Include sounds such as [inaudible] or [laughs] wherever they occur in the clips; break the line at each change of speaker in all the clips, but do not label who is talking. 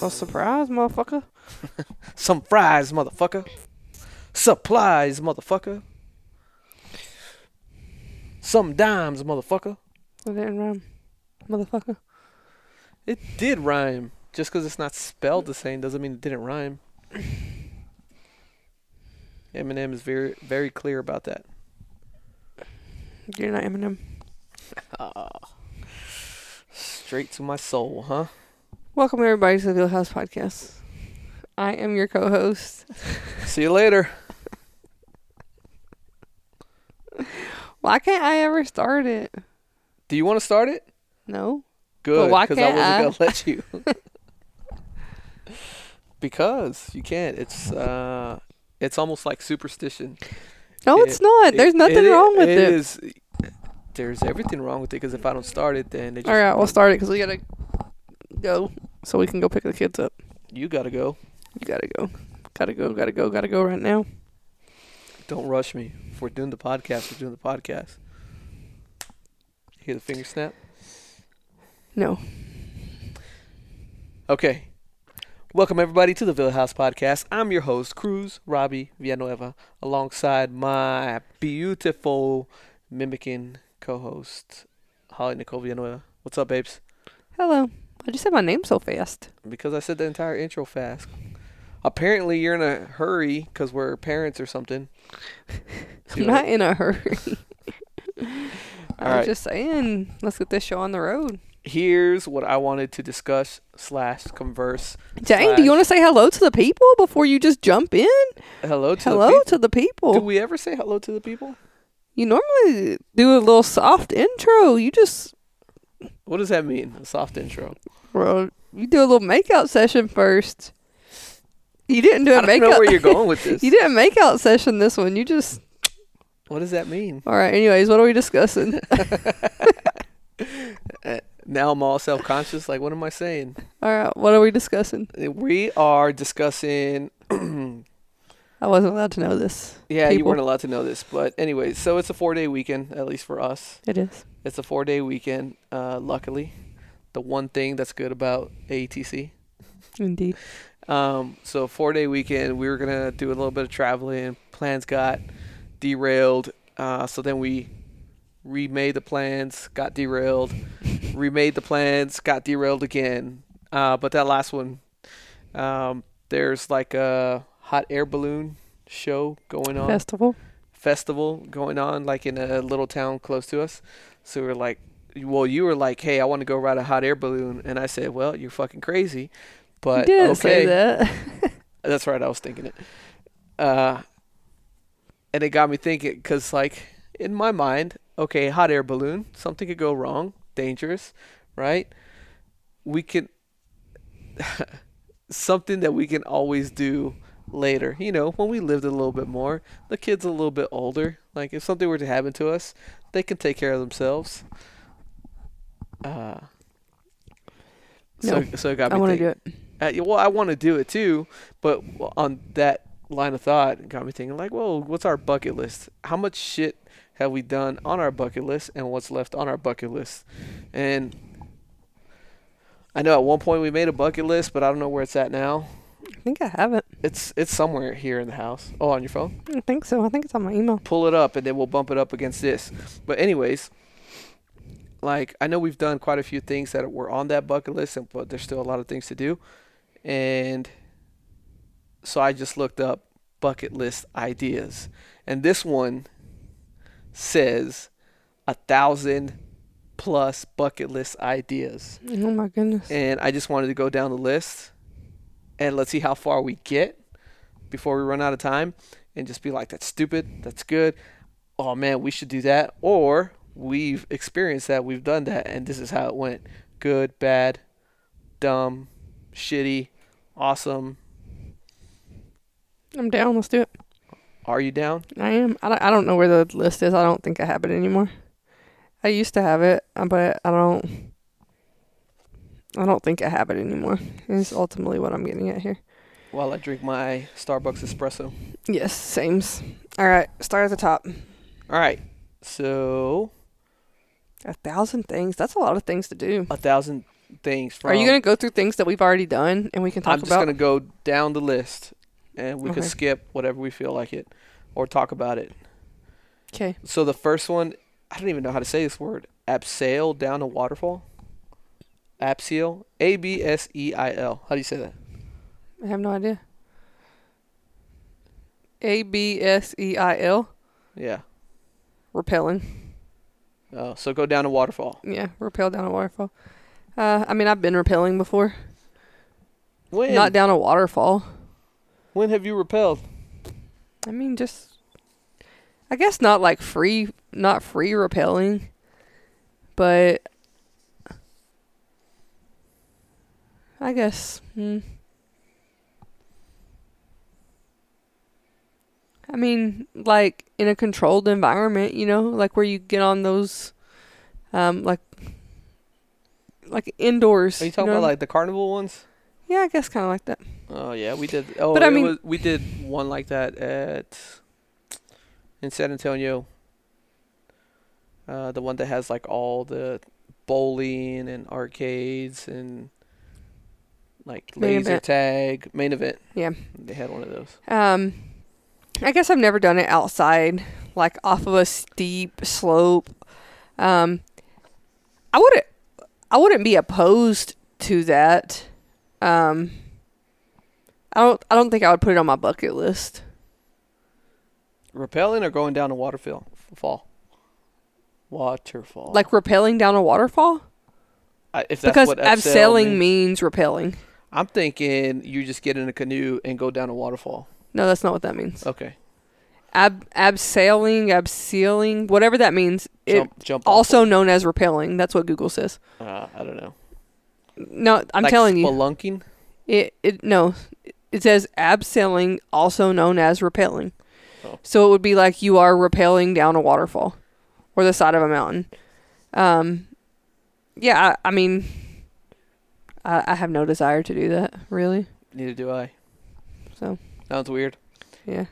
No surprise, motherfucker.
Some fries, motherfucker. Supplies, motherfucker. Some dimes, motherfucker.
That didn't rhyme. Motherfucker.
It did rhyme. Just 'cause it's not spelled the same doesn't mean it didn't rhyme. Eminem is very very clear about that.
You're not Eminem.
Straight to my soul, huh?
Welcome everybody to the Real House Podcast. I am your co-host.
See you later.
Why can't I ever start it?
Do you want to start it?
No.
Good,
why
because I
can't
wasn't
I?
gonna let
[laughs]
you. because you can't. It's uh, it's almost like superstition.
No,
It-
it's not. There's
It-
nothing
it-
wrong with it.
It is. There's everything wrong with it because if I don't start it, then it just,
All right, we'll start it because we gotta go so we can go pick the kids up.
you gotta go.
You gotta go. Gotta go. Gotta go. Gotta go right now.
Don't rush me. If we're doing the podcast, we're doing the podcast. Hear the finger snap?
No.
Okay. Welcome everybody to the Villa House Podcast. I'm your host, Cruz Robbie Villanueva, alongside my beautiful mimicking co-host, Holly Nicole Villanueva. What's up, babes?
Hello. I just said my name so fast.
Because I said the entire intro fast. Apparently, you're in a hurry because we're parents
[laughs]
or something.
I'm not in a hurry. I
[laughs] All
was
right.
just saying, let's get this show on the road.
Here's what I wanted to discuss slash converse.
Jane, do you want to say hello to the people before you just jump in?
Hello to
hello
the people.
to the people.
Do we ever say hello to the people?
you normally do a little soft intro. You just,
What does that mean? A soft intro.
well, you do a little makeout session first. You didn't do a
I don't know
makeout.
where you're going
[laughs]
with this.
you did a makeout session this one. You just,
What does that mean?
all right. Anyways, what are we discussing? [laughs]
Now I'm all self conscious. Like, what am I saying?
all right, what are we discussing?
We are discussing. [clears throat]
I wasn't allowed to know this.
Yeah, you
People.
weren't allowed to know this, but anyway, so it's a four day weekend, at least for us.
It is.
It's a four day weekend. Uh, luckily, the one thing that's good about ATC.
Indeed.
Um, so four day weekend, we were gonna do a little bit of traveling. Plans got derailed. Uh, so then we remade the plans, got derailed, remade the plans, got derailed again. Uh, but that last one, um, there's like a hot air balloon show going on
Festival.
festival going on like in a little town close to us. So we were like, well, you were like, hey, I want to go ride a hot air balloon, and I said, well, you're fucking crazy,
You
but
didn't
okay,
say that.
that's right, I was thinking it. Uh, and it got me thinking because like in my mind, okay, hot air balloon, something could go wrong, dangerous, right? We can [laughs] something that we can always do later. You know, when we lived a little bit more, the kids a little bit older. Like if something were to happen to us, they can take care of themselves. Uh, so,
No,
so it got
[laughs]
me
I want to
thinking-
do it.
uh, yeah, well, I want to do it too, but on that line of thought, it got me thinking like, well, what's our bucket list? How much shit have we done on our bucket list, and what's left on our bucket list? And I know at one point we made a bucket list, but I don't know where it's at now.
I think I haven't.
It's it's somewhere here in the house. Oh, on your phone.
I think so. I think it's on my email.
Pull it up, and then we'll bump it up against this. But anyways. Like I know we've done quite a few things that were on that bucket list, and but there's still a lot of things to do. and so I just looked up bucket list ideas, and this one says a thousand plus bucket list ideas,
Oh my goodness.
and I just wanted to go down the list, and let's see how far we get before we run out of time, and just be like, that's stupid, that's good, oh man, we should do that, or we've experienced that, we've done that, and this is how it went, good, bad, dumb, shitty, awesome.
I'm down. Let's do it.
Are you down?
I am. I don't, I don't know where the list is. I don't think I have it anymore. I used to have it, uh, but I don't. I don't think I have it anymore. Is ultimately what I'm getting at here.
While I drink my Starbucks espresso.
Yes, same's. All right, start at the top.
All right. So
A thousand things. That's a lot of things to do.
a thousand things. From,
Are you gonna go through things that we've already done and we can talk
I'm just
about?
gonna go down the list, and we can
Okay.
skip whatever we feel like it, or talk about it.
Okay.
So the first one, I don't even know how to say this word. Abseil down a waterfall. Abseil. A B S E I L. How do you say that?
I have no idea. A B S E I L.
Yeah.
Repelling.
Oh, so go down a waterfall.
Yeah, rappel down a waterfall. Uh, I mean, I've been rappelling before.
When?
Not down a waterfall.
when have you repelled?
I mean, just. I guess not like free, not free rappelling, but. I guess. Hmm. I mean, like in a controlled environment, you know, like where you get on those, um, like, like indoors.
Are you talking
know?
about like the carnival ones?
Yeah, I guess kind of like that.
Oh yeah, we did. Oh,
But I
it
mean-
was, we did one like that at in San Antonio. Uh, the one that has like all the bowling and arcades and like
Main
laser
event.
tag main event.
Yeah.
they had one of those.
Um, I guess I've never done it outside, like off of a steep slope. Um, I wouldn't, I wouldn't be opposed to that. Um, I don't, I don't think I would put it on my bucket list.
Rappelling or going down a waterfall? Fall. Waterfall.
Like rappelling down a waterfall,
I, if that's
because
what abseil
abseiling means
means.
rappelling.
I'm thinking you just get in a canoe and go down a waterfall.
No, that's not what that means.
Okay.
Ab abseiling, abseiling, whatever that means. It,
jump. Jump. off
also known as rappelling. That's what Google says.
of- Uh, I don't know.
No, I'm
Like
telling you.
Spelunking.
It it no, it says abseiling, also known as rappelling.
Oh.
So it would be like you are rappelling down a waterfall, or the side of a mountain. Um, yeah, I, I mean, I, I have no desire to do that really.
Neither do I.
So
Sounds weird. [laughs]
yeah,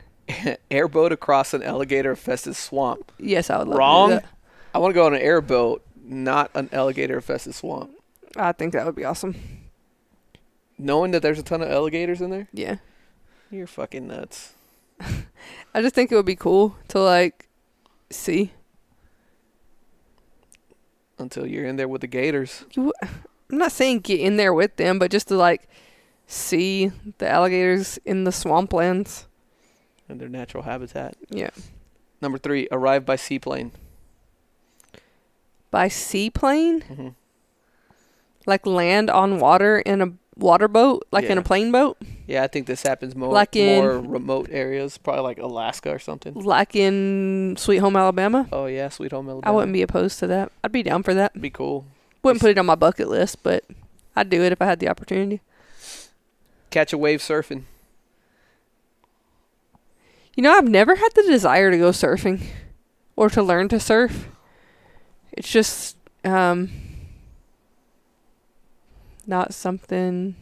airboat across an alligator infested swamp.
yes, I would love
Wrong.
to do that.
I want to go on an airboat, not an alligator infested swamp.
I think that would be awesome.
Knowing that there's a ton of alligators in there,
Yeah,
you're fucking nuts.
I just think it would be cool to like see.
Until you're in there with the gators.
You, I'm not saying get in there with them, but just to like see the alligators in the swamplands.
in their natural habitat.
Yeah.
Number three, arrive by seaplane.
By seaplane?
hmm
Like land on water in a water boat? Like in
Yeah.
a plane boat?
Yeah, I think this happens more
Like in-
more remote areas, probably like Alaska or something.
Like in Sweet Home Alabama?
Oh yeah, Sweet Home Alabama.
I wouldn't be opposed to that. I'd be down for that.
be cool.
Wouldn't put it on my bucket list, but I'd do it if I had the opportunity.
Catch a wave surfing.
You know, I've never had the desire to go surfing or to learn to surf. It's just um not something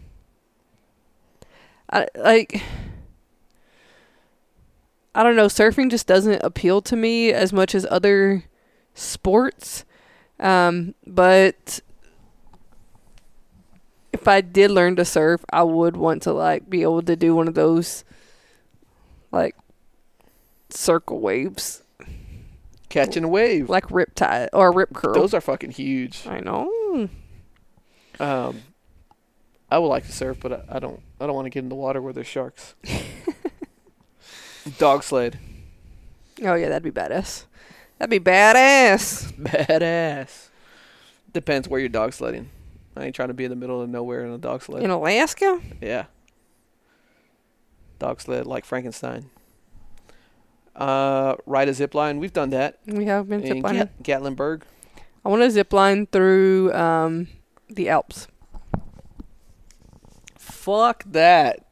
I like I don't know, surfing just doesn't appeal to me as much as other sports. Um but if I did learn to surf, I would want to like be able to do one of those like circle waves,
Catching a wave.
like rip tide or rip curl.
Those are fucking huge.
I know.
Um, I would like to surf, but I, I don't. I don't want to get in the water where
[laughs]
there's sharks. Dog sled,
Oh yeah, that'd be badass. That'd be badass.
badass. Depends where you're dog sledding. I ain't trying to be in the middle of nowhere in a dog sled.
In Alaska?
yeah. Dog sled like Frankenstein. Uh, ride a zip line. We've done that
We have been
in
ziplining.
Gat- Gatlinburg.
I want to zip line through um the Alps.
Fuck that.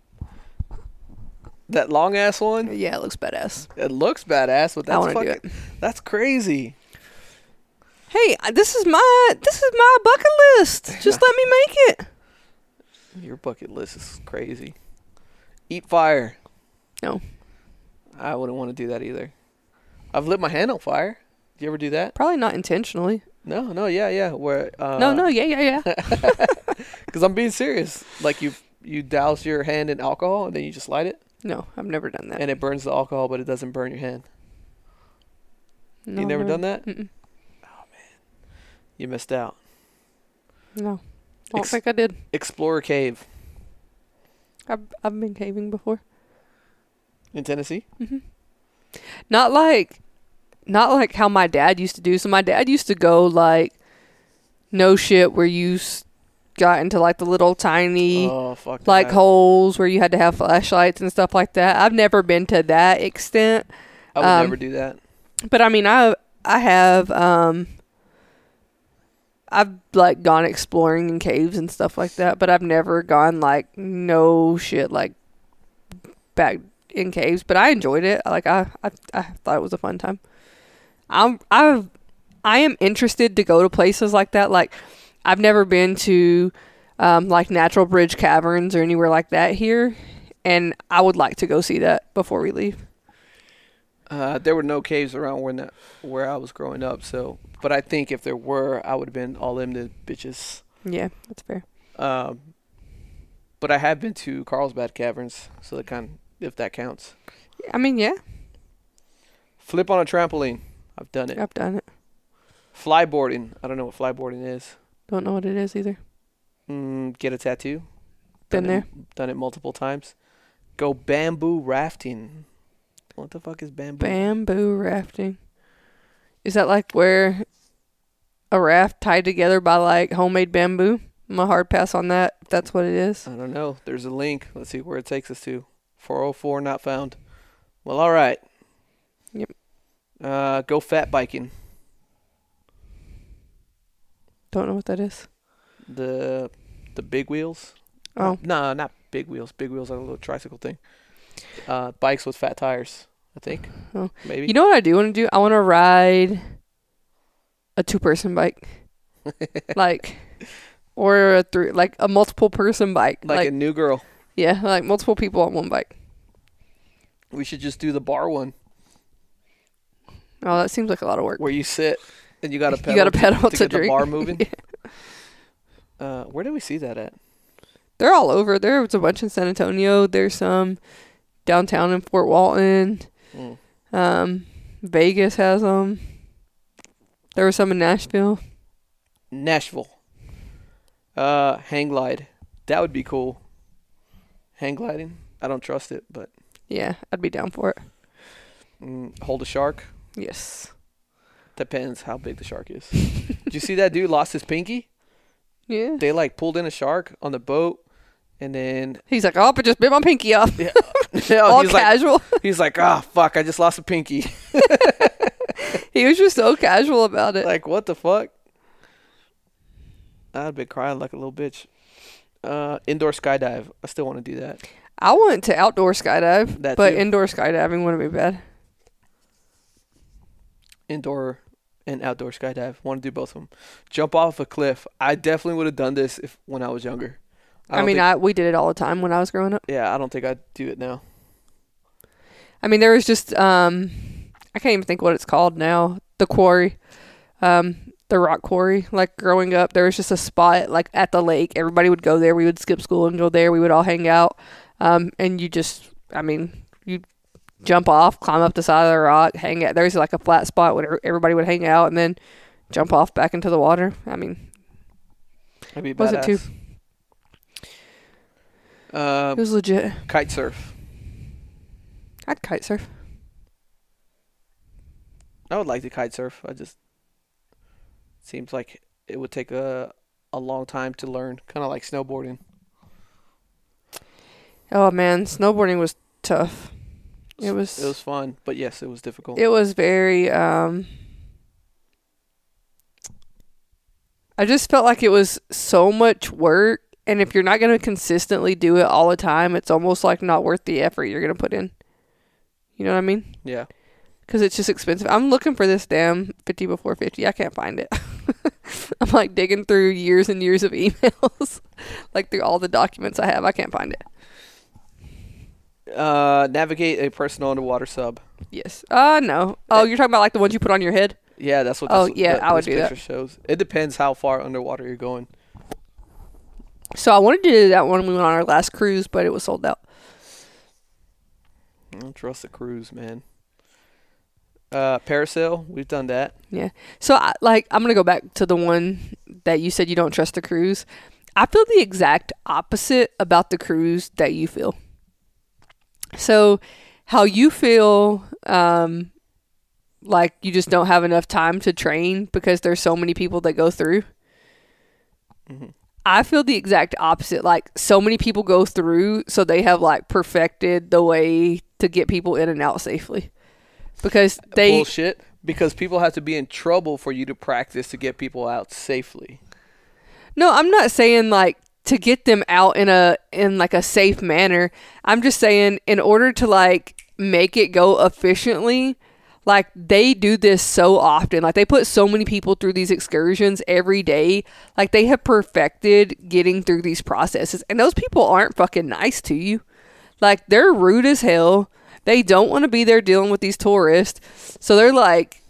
That long ass one.
Yeah, it looks badass.
It looks badass, but
I
that's
want to do
fucking.
it.
That's crazy.
Hey, I- this is my this is my bucket list.
[laughs]
Just let me make it.
Your bucket list is crazy. Eat fire.
No.
I wouldn't want to do that either. I've lit my hand on fire. Do you ever do that?
Probably not intentionally.
No, no, yeah, yeah. Where uh,
no, no, yeah, yeah,
[laughs]
yeah.
because I'm being serious. Like you you douse your hand in alcohol and then you just light it
no, I've never done that.
and it burns the alcohol, but it doesn't burn your hand.
No,
you never
no,
done that?
Mm-mm.
You missed out.
No, I don't
Ex-
think I did.
Explorer Cave
I've I've been caving before.
in Tennessee.
Mm-hmm. Not like, not like how my dad used to do. So my dad used to go like, no shit, where you s- got into like the little tiny
Oh fuck.
like
that.
holes where you had to have flashlights and stuff like that. I've never been to that extent.
I would
um,
never do that.
but I mean, I I have um, I've like gone exploring in caves and stuff like that, but I've never gone like no shit like back in caves. But I enjoyed it. Like I I, I thought it was a fun time. I'm I've I am interested to go to places like that. Like I've never been to um, like Natural Bridge Caverns or anywhere like that here, and I would like to go see that before we leave.
Uh, there were no caves around where not, where I was growing up. So, but I think if there were, I would have been all them the bitches.
Yeah, that's fair.
Um, but I have been to Carlsbad Caverns, so that kind if that counts.
I mean, yeah.
Flip on a trampoline. I've done it.
I've done it.
Flyboarding. I don't know what flyboarding is.
Don't know what it is either.
Mm, get a tattoo.
Been
done It, done it multiple times. Go bamboo rafting. What the fuck is bamboo?
Bamboo rafting. Is that like where a raft tied together by like homemade bamboo? My hard pass on that. If that's what it is.
I don't know. There's a link. Let's see where it takes us to. 404 not found. Well, all right.
Yep.
Uh, go fat biking.
Don't know what that is.
The the big wheels.
Oh,
No, not big wheels. Big wheels are a little tricycle thing. Uh, bikes with fat tires. I think.
Oh.
Maybe.
you know what I do want to do? I want to ride a two-person bike, like, or a three, like a multiple-person bike,
like,
like,
a new girl.
yeah, like multiple people on one bike.
We should just do the bar one
Oh, that seems like a lot of work.
where you sit and you got to pedal.
[laughs] You got to
to-
pedal
to,
to
get the
drink. [laughs]
bar moving. uh, where did we see that at?
they're all over. There was a bunch in San Antonio. There's some downtown in Fort Walton.
Mm.
Um, Vegas has them. There was some in Nashville.
Nashville. Uh, hang glide. That would be cool. Hang gliding. I don't trust it, but
Yeah, I'd be down for it.
mm, hold a shark.
Yes.
Depends how big the shark is. Did you see that dude lost his pinky?
Yeah.
They like pulled in a shark on the boat,
[laughs]
and then [laughs]
He's like, oh, but just bit my pinky off.
no,
all
Oh, he's like
casual. [laughs]
he's like ah fuck I just lost a pinky. [laughs]
he was just so casual about it.
like what the fuck? I'd been crying like a little bitch. Uh, indoor skydive. I still want to do that.
I want to outdoor skydive,
That
but
too.
indoor skydiving wouldn't be bad.
indoor and outdoor skydive. Want to do both of them. Jump off a cliff. I definitely would have done this if when I was younger.
I,
don't
mean,
think-
I we did it all the time when I was growing up.
yeah, I don't think I'd do it now.
I mean, there was just um, I can't even think what it's called now. The quarry, um, the rock quarry. Like growing up, there was just a spot like at the lake. Everybody would go there. We would skip school and go there. We would all hang out. Um, and you just, I mean, you jump off, climb up the side of the rock, hang out. There's like a flat spot where everybody would hang out, and then jump off back into the water. I mean,
I'd be
Wasn't too-
badass. Uh,
it was legit.
kite surf.
I'd kite surf.
I would like to kite surf. I just seems like it would take a a long time to learn, kind of like snowboarding.
Oh man, snowboarding was tough. It was.
It was fun, but yes, it was difficult.
It was very um I just felt like it was so much work and if you're not going to consistently do it all the time, it's almost like not worth the effort you're going to put in. You know what I mean?
yeah.
Cuz it's just expensive. I'm looking for this damn 50 before 50. I can't find it. [laughs] I'm like digging through years and years of emails, [laughs] like through all the documents I have. I can't find it.
Uh, navigate a personal underwater sub.
Yes. Uh no. Oh, you're talking about like the ones you put on your head?
Yeah, that's what.
Oh,
this,
yeah,
that-
I would
this
do that.
picture Shows it depends how far underwater you're going.
So I wanted to do that when we went on our last cruise, but it was sold out.
I don't Mm, trust the cruise, man. Uh, parasail, we've done that.
Yeah. So I, like I'm gonna go back to the one that you said you don't trust the cruise. I feel the exact opposite about the cruise that you feel. So how you feel um like you just don't have enough time to train because there's so many people that go through. I feel the exact opposite. Like so many people go through so they have like perfected the way to get people in and out safely. Because they
Bullshit. Because people have to be in trouble for you to practice to get people out safely.
No, I'm not saying like to get them out in a in like a safe manner. I'm just saying in order to like make it go efficiently, like they do this so often. Like they put so many people through these excursions every day. Like they have perfected getting through these processes. And those people aren't fucking nice to you. Like they're rude as hell. They don't want to be there dealing with these tourists. So they're like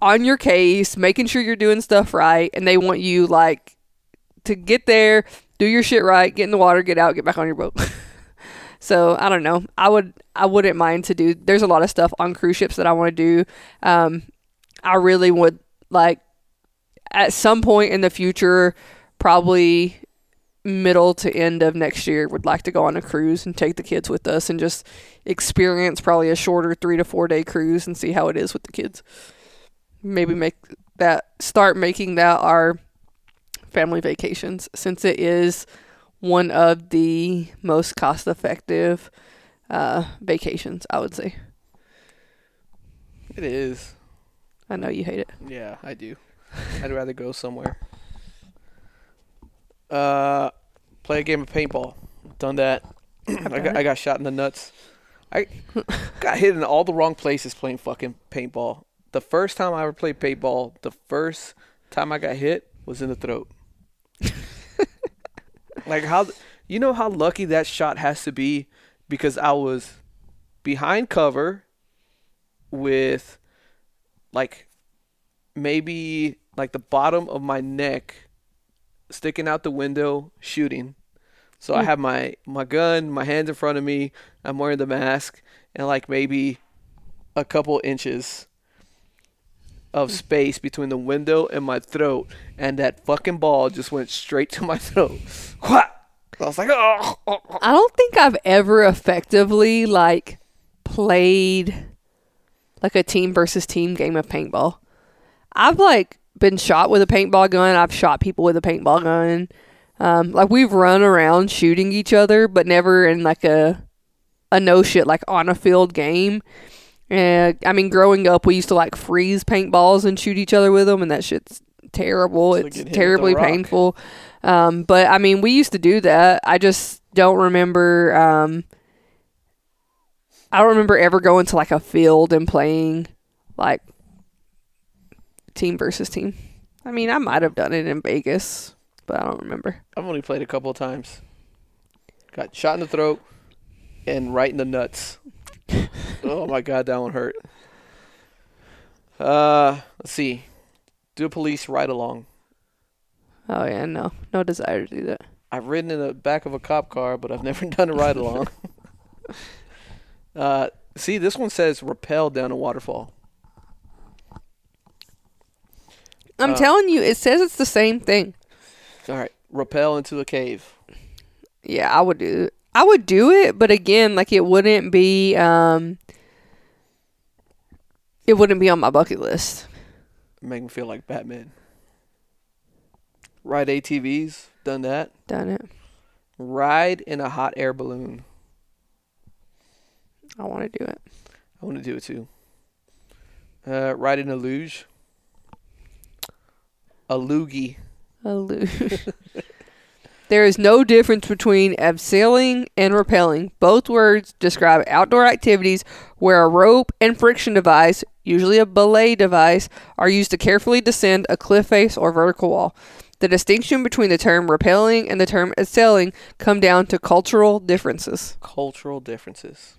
on your case, making sure you're doing stuff right, and they want you like to get there, do your shit right, get in the water, get out, get back on your boat. [laughs] so I don't know. I would I wouldn't mind to do. There's a lot of stuff on cruise ships that I want to do. Um, I really would like at some point in the future, probably middle to end of next year would like to go on a cruise and take the kids with us and just experience probably a shorter 3 to 4 day cruise and see how it is with the kids. Maybe make that start making that our family vacations since it is one of the most cost effective uh, vacations, I would say.
It is.
I know you hate it.
Yeah, I do. I'd rather go somewhere. Uh, play a game of paintball. Done that. I got, I got shot in the nuts. I got hit in all the wrong places playing fucking paintball. The first time I ever played paintball, the first time I got hit was in the throat. like how you know how lucky that shot has to be because I was behind cover with like maybe like the bottom of my neck sticking out the window shooting. So I have my my gun, my hands in front of me. I'm wearing the mask and like maybe a couple inches of space between the window and my throat, and that fucking ball just went straight to my [laughs] throat. Wha- I was like, oh, oh, oh."
I don't think I've ever effectively like played like a team versus team game of paintball. I've like been shot with a paintball gun. I've shot people with a paintball gun. Um, like we've run around shooting each other, but never in like a a no shit like on a field game. And I mean, growing up, we used to like freeze paintballs and shoot each other with them, and that shit's terrible.
It's like
It's
getting hit with a
terribly
rock.
painful. Um, but I mean, we used to do that. I just don't remember. Um, I don't remember ever going to like a field and playing like team versus team. I mean, I might have done it in Vegas, but I don't remember.
I've only played a couple of times. Got shot in the throat and right in the nuts. oh my god, that one hurt. Uh, let's see. Do a police ride along.
Oh yeah, no, no desire to do that.
I've ridden in the back of a cop car, but I've [laughs] never done a ride along. uh, see, this one says rappel down a waterfall.
I'm
Uh,
telling you, it says it's the same thing.
All right, rappel into a cave.
Yeah, I would do. I would do it, but again, like it wouldn't be. Um, it wouldn't be on my bucket list.
Make me feel like Batman. Ride ATVs. Done that.
Done it.
Ride in a hot air balloon.
I want to do it.
I want to do it too. Uh, ride in a luge. A loogie.
A luge. [laughs] there is no difference between abseiling and rappelling. Both words describe outdoor activities where a rope and friction device, usually a belay device, are used to carefully descend a cliff face or vertical wall. The distinction between the term rappelling and the term abseiling come down to cultural differences.
Cultural differences.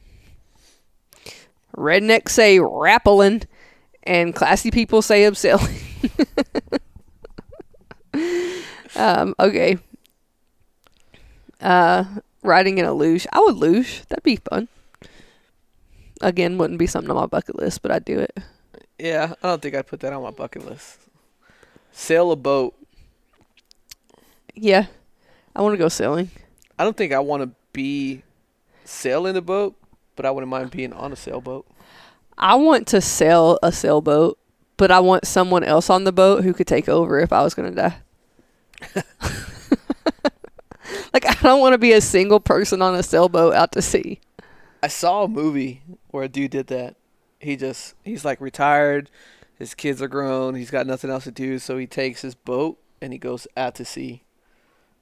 Rednecks say rappelling and classy people say upselling. [laughs] um, okay. Uh, riding in a luge. I would luge. That'd be fun. Again, wouldn't be something on my bucket list, but I'd do it.
Yeah, I don't think I'd put that on my bucket list. Sail a boat.
Yeah, I want to go sailing.
I don't think I want to be sailing a boat, but I wouldn't mind being on a sailboat.
I want to sail a sailboat, but I want someone else on the boat who could take over if I was going to die. [laughs] like, I don't want to be a single person on a sailboat out to sea.
I saw a movie where a dude did that. He just he's like retired, his kids are grown, he's got nothing else to do, so he takes his boat and he goes out to sea.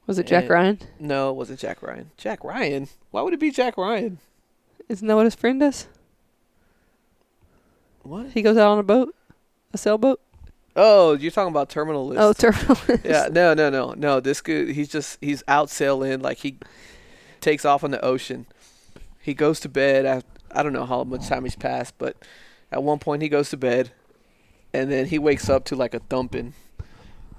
Was it Jack
And-
Ryan?
No, it wasn't Jack Ryan. Jack Ryan? Why would it be Jack Ryan?
Isn't that what his friend does?
What?
He goes out on a boat, a sailboat.
Oh, you're talking about Terminal List.
Oh, [laughs] terminal.
yeah, no, no, no, no. This good. He's just he's out sailing. Like he takes off on the ocean. He goes to bed. I I don't know how much time he's passed, but at one point he goes to bed, and then he wakes up to like a thumping,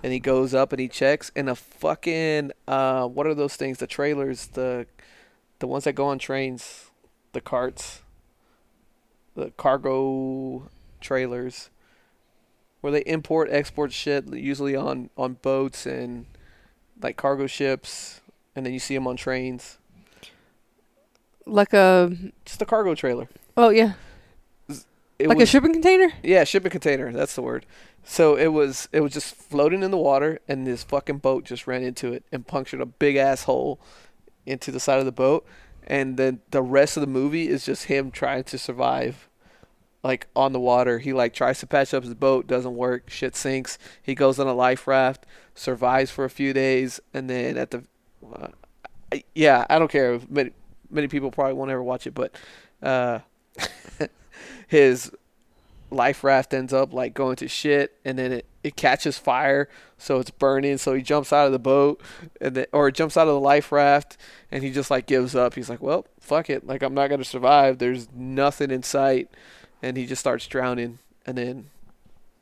and he goes up and he checks, and a fucking uh, what are those things? The trailers, the the ones that go on trains, the carts, the cargo trailers where they import export shit usually on on boats and like cargo ships and then you see them on trains
Like a
just a cargo trailer
oh yeah,
it
like a
was
shipping container.
yeah shipping container that's the word so it was it was just floating in the water and this fucking boat just ran into it and punctured a big asshole into the side of the boat and then the rest of the movie is just him trying to survive like on the water he like tries to patch up his boat doesn't work shit sinks he goes on a life raft survives for a few days and then at the uh, I- yeah i don't care if many many people probably won't ever watch it but uh [laughs] his life raft ends up like going to shit and then it, it catches fire so it's burning so he jumps out of the boat and then or jumps out of the life raft and he just like gives up he's like well fuck it like i'm not gonna survive there's nothing in sight and he just starts drowning and then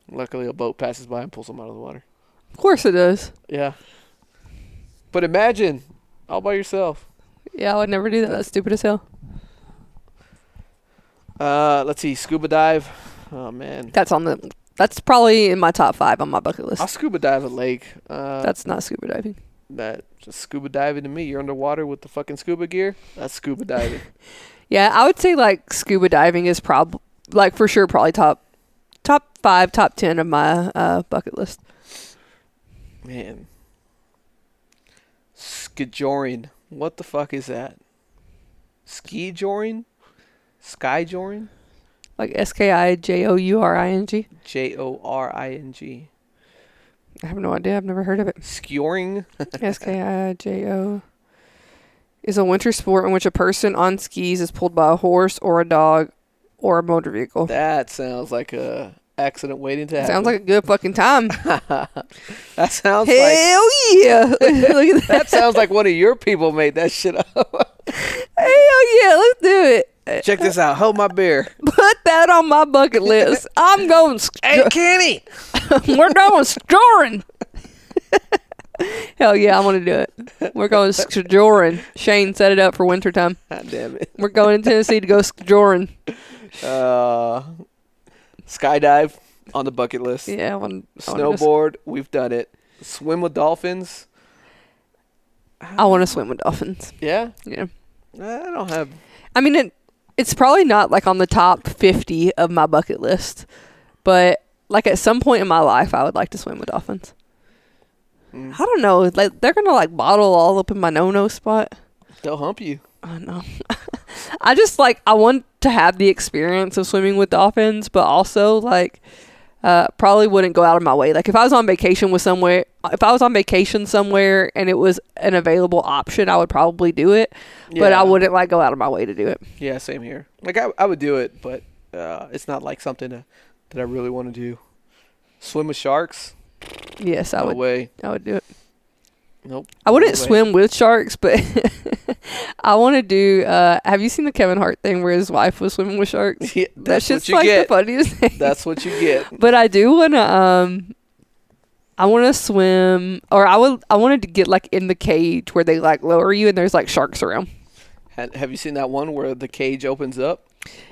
luckily a boat passes by and pulls him out of the water
Of course it does.
yeah but imagine all by yourself
Yeah, I would never do that. That's stupid as hell.
uh let's see scuba dive oh man
That's on the. That's probably in my top five on my bucket list.
i'll scuba dive a lake uh
That's not scuba diving.
that just scuba diving to me. You're underwater with the fucking scuba gear. That's scuba diving.
Yeah, I would say like scuba diving is prob like for sure probably top top five, top ten of my uh, bucket list.
[laughs] Man. Skijoring. What the fuck is that? Ski joring? Sky joring?
Like S K I J O U R I N G.
J O R I N G.
I have no idea. I've never heard of
[laughs]
it.
Skioring?
S K I J O is a winter sport in which a person on skis is pulled by a horse or a dog or a motor vehicle.
That sounds like a accident waiting to happen.
Sounds like a good fucking
[laughs]
time.
that sounds like
Hell
[laughs]
yeah! [laughs] Look at that.
that sounds like one of your people made that shit up.
Hell yeah! Let's do it.
Check this out. Hold my beer. [laughs]
Put that on my bucket list. I'm going. sk-
Hey, Kenny.
We're going scoring. Hell yeah, I want to do it. We're going scoring. Shane set it up for wintertime.
God damn it.
We're going to Tennessee to go scoring.
Uh, skydive on the bucket list.
Yeah, I want
Snowboard, we've done it. Swim with dolphins.
I want to swim with dolphins.
Yeah,
Yeah,
I don't have.
I mean it. It's probably not like on the top fifty of my bucket list, but like at some point in my life, I would like to swim with dolphins.
Mm,
I don't know. Like they're gonna like bottle all up in my no no spot.
They'll hump you.
I know. [laughs] I just like I want to have the experience of swimming with dolphins, but also like uh, probably wouldn't go out of my way. Like if I was on vacation with somewhere, if I was on vacation somewhere and it was an available option, I would probably do it. But
Yeah.
I wouldn't like go out of my way to do it.
Yeah, same here. Like I, I would do it, but uh, it's not like something that, that I really want to do. Swim with sharks?
Yes, I
no
would.
way.
I would do it.
Nope.
I wouldn't
No way.
swim with sharks, but [laughs] I want to do. Uh, have you seen the Kevin Hart thing where his wife was swimming with sharks?
[laughs] Yeah,
That
that's
shit's
what you
like
get.
the funniest thing.
That's what you get.
[laughs] but I do want to. Um, I want to swim, or I would. I wanted to get like in the cage where they like lower you and there's like sharks around.
Ha- Have you seen that one where the cage opens up?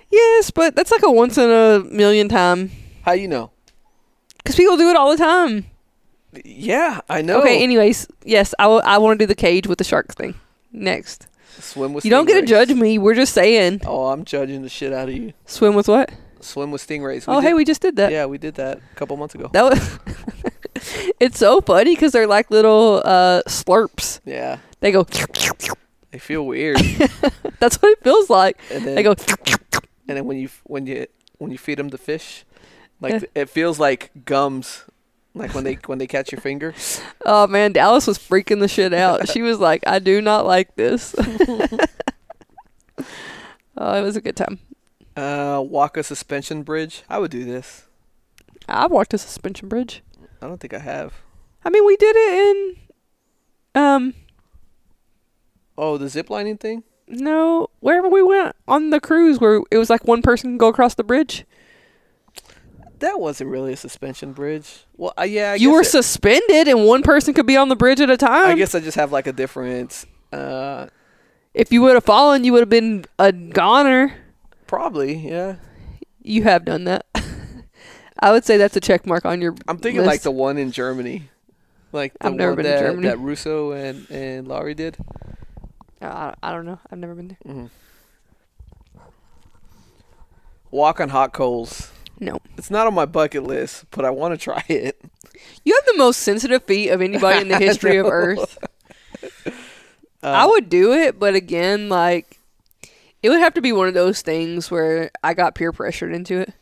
Yes, but that's like a once in a million time
How you know?
because people do it all the time.
Yeah, I know.
Okay. Anyways, yes, I want to do the cage with the sharks thing. Next,
swim with
you don't get to
stingrays.
judge me. We're just saying
Oh, I'm judging the shit out of you.
swim with what?
Swim with stingrays.
oh, hey,
did-
we just did that.
yeah, we did that a couple months ago.
That was. [laughs] it's so funny because they're like little uh, slurps.
Yeah,
They go. [laughs]
they feel weird.
That's what it feels like.
And then
They go.
and then when you when you when you feed them the fish, like
Yeah.
th- it feels like gums, like when they when they catch your
[laughs]
finger.
Oh man, Dallas was freaking the shit out. she was like, "I do not like this." [laughs] oh, it was a good time.
Uh, walk a suspension bridge. I would do this.
I walked a suspension bridge.
I don't think I have.
I mean, we did it in. Um,
Oh, the zip lining thing.
no, wherever we went on the cruise, where it was like one person can go across the bridge.
That wasn't really a suspension bridge. Well, uh, yeah, I
you
guess
were
it-
suspended, and one person could be on the bridge at a time.
I guess I just have like a different. Uh,
If you would have fallen, you would have been a goner.
probably, yeah.
You have done that. [laughs] I would say that's a check mark on your.
I'm thinking like the one in Germany, like the
I've never
one
been to
that,
Germany.
that Russo and and Laurie did.
the. I, I don't know. I've never been there.
Walk on hot coals.
No.
It's not on my bucket list, but I want to try [laughs] it.
You have the most sensitive feet of anybody in
[laughs]
the history of Earth.
Um,
I would do it, but again, like, it would have to be one of those things where I got peer pressured into it.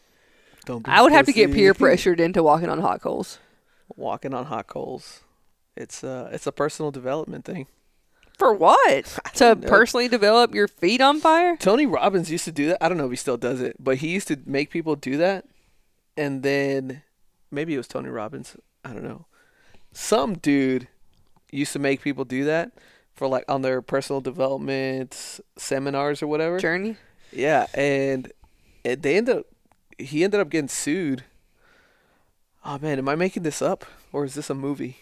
Don't be
I would have to get
pussy.
peer pressured into walking on hot
[laughs]
coals.
Walking on hot coals. It's uh it's a personal development thing.
For what? [laughs] To
know.
personally develop your feet on fire?
Tony Robbins used to do that. I don't know if he still does it, but he used to make people do that. And then maybe it was Tony Robbins. I don't know. Some dude used to make people do that for like on their personal development seminars or whatever.
Journey?
Yeah, and it, they ended up he ended up getting sued. Oh man, am I making this up or is this a movie?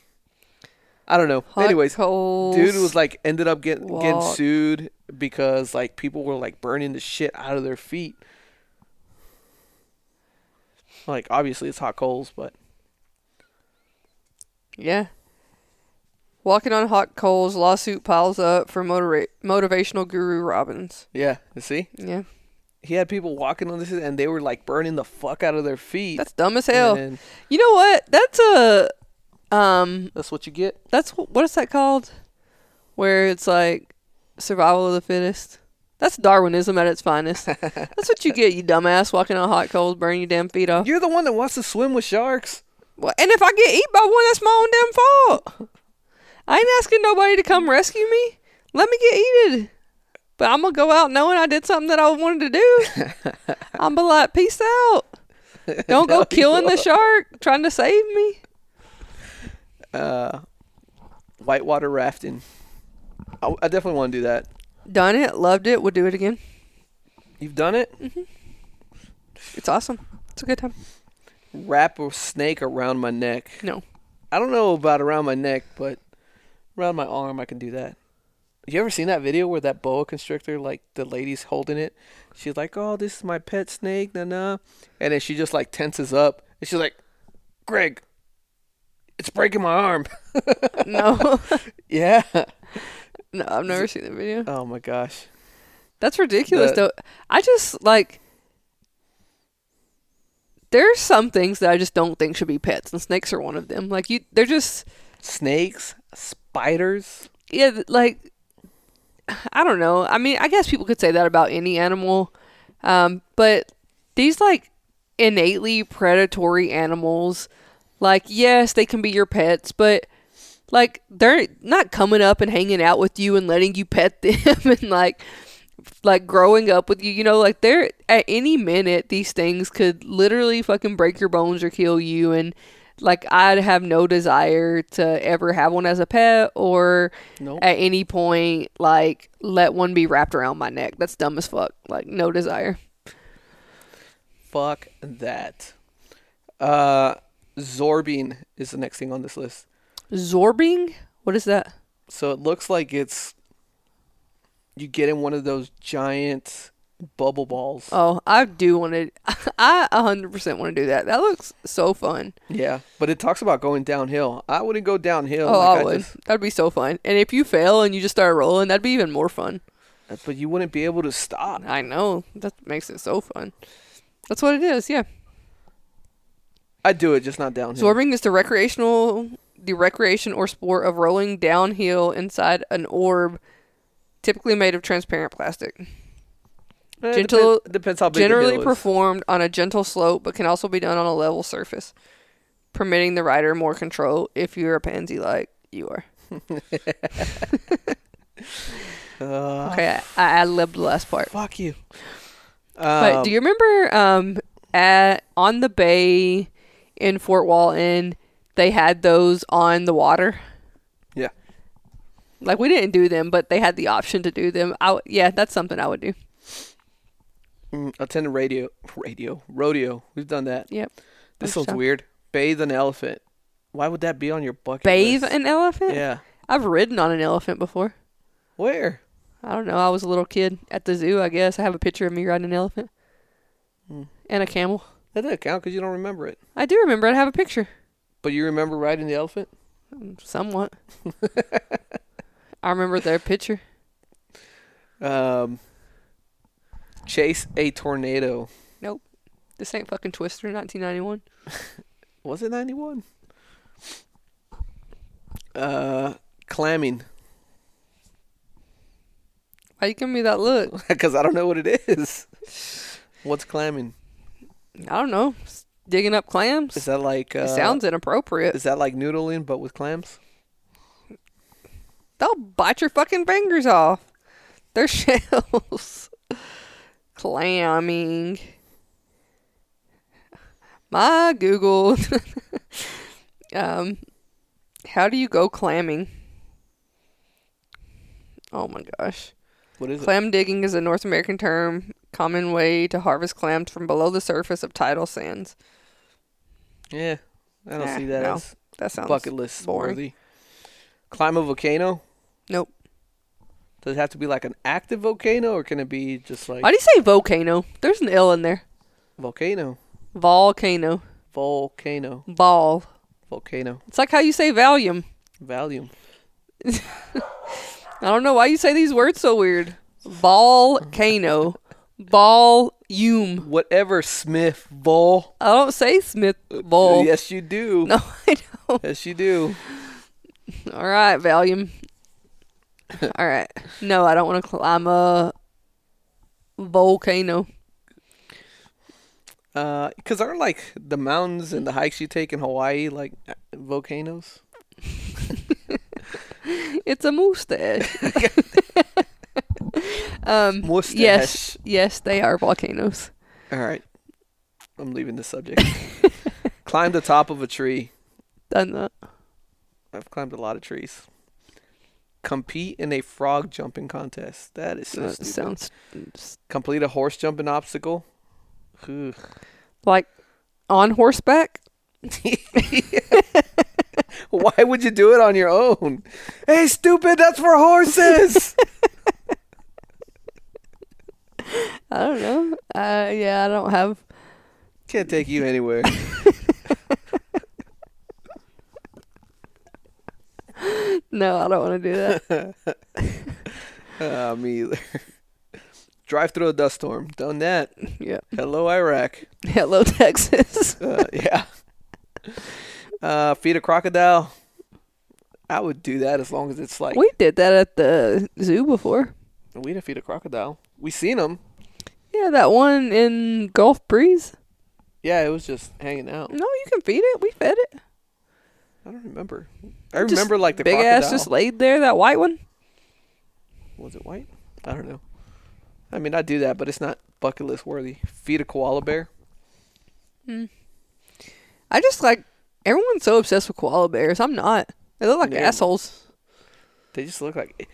I don't know.
Hot
Anyways,
coals.
dude was like ended up getting getting
Walk.
sued because like people were like burning the shit out of their feet. Like obviously it's hot coals, but
Yeah. Walking on hot coals lawsuit piles up for motiva- motivational guru Robbins.
yeah, you see,
Yeah.
he had people walking on this and they were like burning the fuck out of their feet.
That's dumb as hell.
And
You know what? That's a um
that's what you get.
that's wh- what is that called? Where it's like survival of the fittest. That's Darwinism at its finest. That's what you get, you dumbass, walking on hot coals, burning your damn feet off.
You're the one that wants to swim with sharks.
Well, and if I get eat by one, that's my own damn fault. I ain't asking nobody to come rescue me. Let me get eated. But I'm gonna go out knowing I did something that I wanted to do. I'm be like, peace out. Don't go killing the shark trying to save me.
uh, whitewater rafting. I, I definitely want to do that.
Done it, loved it, would do it again.
You've done it.
Mm. It's awesome. It's a good time.
Wrap a snake around my neck.
No.
I don't know about around my neck, but around my arm, I can do that. You ever seen that video where that boa constrictor, like the lady's holding it? She's like, "Oh, this is my pet snake, na na," and then she just like tenses up, and she's like, "Greg, it's breaking my arm." [laughs]
No.
yeah.
no, I've never seen the video.
Oh my gosh.
That's ridiculous
The-
though. I just like there's some things that I just don't think should be pets and snakes are one of them. Like you they're just
Snakes, spiders.
yeah, th- like I don't know. I mean, I guess people could say that about any animal, um, but these like innately predatory animals, like yes, they can be your pets, but like they're not coming up and hanging out with you and letting you pet [laughs] them and like like growing up with you. You know, like they're at any minute these things could literally fucking break your bones or kill you and Like I'd have no desire to ever have one as a pet or
Nope.
at any point like let one be wrapped around my neck. That's dumb as fuck. Like no desire.
Fuck that. Uh, Zorbing is the next thing on this list.
Zorbing? What is that?
So it looks like it's you get in one of those giant bubble balls.
Oh, I do want to [laughs] I 100% want to do that. That looks so fun.
Yeah, but it talks about going downhill. I wouldn't go downhill.
Oh,
like,
I would.
just-
That'd be so fun. And if you fail and you just start rolling, that'd be even more fun.
but you wouldn't be able to stop.
I know. That makes it so fun. That's what it is. Yeah.
I'd do it, just not downhill.
Zorbing is the recreational, the recreation or sport of rolling downhill inside an orb, typically made of transparent plastic.
Eh,
gentle-
depends, depends how big
Generally
the hill is.
performed on a gentle slope, but can also be done on a level surface, permitting the rider more control if you're a pansy like you are.
Uh,
Okay, I, I love the last part.
Fuck you.
But
Um,
do you remember um at on the bay in Fort Walton they had those on the water?
Yeah.
Like we didn't do them, but they had the option to do them. I w- yeah, that's something I would do.
Mm, attend a radio, radio, rodeo. We've done that.
Yep.
This
Bunch of
sounds
stuff.
weird. Bathe an elephant. Why would that be on your bucket
Bathe
list?
an elephant?
Yeah.
I've ridden on an elephant before.
Where?
I don't know. I was a little kid at the zoo, I guess. I have a picture of me riding an elephant.
Hmm.
And a camel.
That doesn't count because you don't remember it.
I do remember. I have a picture.
But you remember riding the elephant? [laughs]
Somewhat. I remember their picture.
Um, chase a tornado.
This ain't fucking Twister, 1991.
Was it 91? Uh, [laughs] clamming.
Why you giving me that look?
Because I don't know what it is. What's clamming?
I don't know. s- Digging up clams.
Is that like. Uh,
it sounds inappropriate.
Is that like noodling but with clams?
They'll bite your fucking fingers off. They're [laughs] shells. Clamming. My Google. [laughs] um, how do you go clamming? Oh my gosh.
What is
Clam digging is a North American term, common way to harvest clams from below the surface of tidal sands.
it? Yeah. I don't
Ah,
see that
no.
as
That sounds
bucket list
boring.
worthy. Climb a volcano?
Nope.
Does it have to be like an active volcano or can it be just like
Why do you say volcano? There's an L in there.
volcano?
Volcano.
Volcano.
Ball.
Volcano.
It's like how you say Valium.
Valium.
I don't know why you say these words so weird. Volcano. Volume.
Whatever Smith Vol.
I don't say Smith Vol.
Yes you do.
[laughs] No, I don't.
Yes you do.
All right, Valium. All right. No, I don't want to climb a volcano. [laughs]
Uh, cause aren't like the mountains and the hikes you take in Hawaii like volcanoes?
It's a mustache. um,
Mustache.
Yes, yes, they are volcanoes.
All right. I'm leaving
[laughs]
the subject. Climb the top of a tree.
Done that.
I've climbed a lot of trees. Compete in a frog jumping contest. That is so
That
stupid.
sounds
Complete a horse jumping obstacle. Ugh.
like on horseback.
Why would you do it on your own? Hey, stupid, that's for
[laughs]
horses.
I don't know. Uh, yeah, I don't have.
Can't take you anywhere.
No, I don't want to do
[laughs]
that.
Uh, [laughs] me either. Drive through a dust storm. Done that.
yeah.
Hello, Iraq.
Hello, Texas.
Uh, [laughs] yeah. Uh, feed a crocodile. I would do that as long as it's like
we did that at the zoo before.
we didn't feed a crocodile. We seen them.
Yeah, that one in Gulf Breeze.
Yeah, it was just hanging out.
No, you can feed it. We fed it.
I don't remember. I
Just
remember like the
Big
crocodile.
ass just laid there. That white one.
was it white? I don't know. I mean, I do that, but it's not bucket list worthy. Feed a koala bear.
I just like Everyone's so obsessed with koala bears. I'm not. They look like
Yeah.
assholes. [laughs]
They just look like.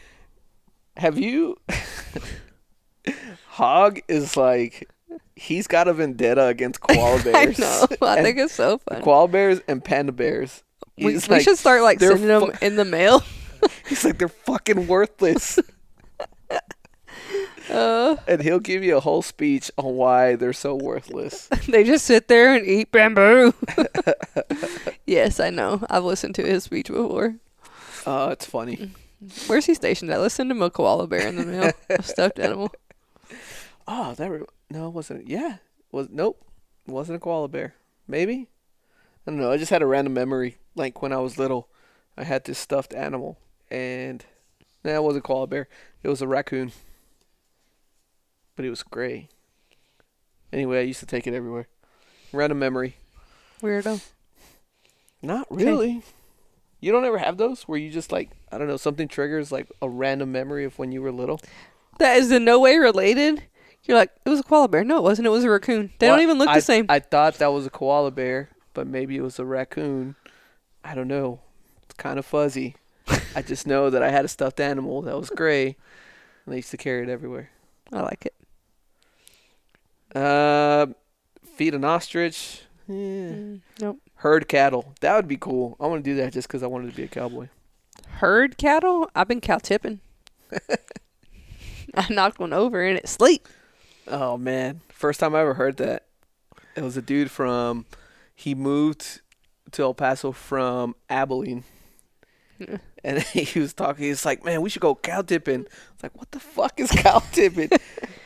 Have you? [laughs] Hog is like, he's got a vendetta against koala
[laughs]
bears.
I know. I
[laughs] and
think it's so funny.
koala bears and panda bears.
we,
He's
we
like,
should start like
they're
sending
fu-
them in the mail. [laughs]
He's like they're fucking worthless,
Uh,
and he'll give you a whole speech on why they're
[laughs]
so worthless.
they just sit there and eat bamboo. [laughs] yes, I know. I've listened to his speech before.
Uh, it's funny.
Where's he stationed at? Let's send him a koala bear in the mail, [laughs] a stuffed animal.
Oh, that re- no, it wasn't. Yeah, was nope, wasn't a koala bear. Maybe I don't know. I just had a random memory. Like when I was little, I had this stuffed animal, and that was a koala bear. It was a raccoon, but it was gray. Anyway, I used to take it everywhere. Random memory.
Weirdo.
Not
Okay.
really. You don't ever have those where you just like I don't know something triggers like a random memory of when you were little.
That is in no way related. You're like, it was a koala bear. No, it wasn't. It was a raccoon. They
Well,
don't even look
I,
the same.
I thought that was a koala bear, but maybe it was a raccoon. I don't know. It's kind of fuzzy. I just know that I had a stuffed animal that was gray, and I used to carry it everywhere.
I like it.
Uh, feed an ostrich. Yeah.
Mm, nope.
Herd cattle. That would be cool. I want to do that just because I wanted to be a cowboy.
Herd cattle? I've been cow tipping. [laughs] I knocked one over and it sleep.
Oh man, first time I ever heard that. It was a dude from he moved to El Paso from Abilene.
Yeah.
And [laughs] he was talking. He's like, "Man, we should go cow tipping." I was like, "What the fuck is cow [laughs] tipping?"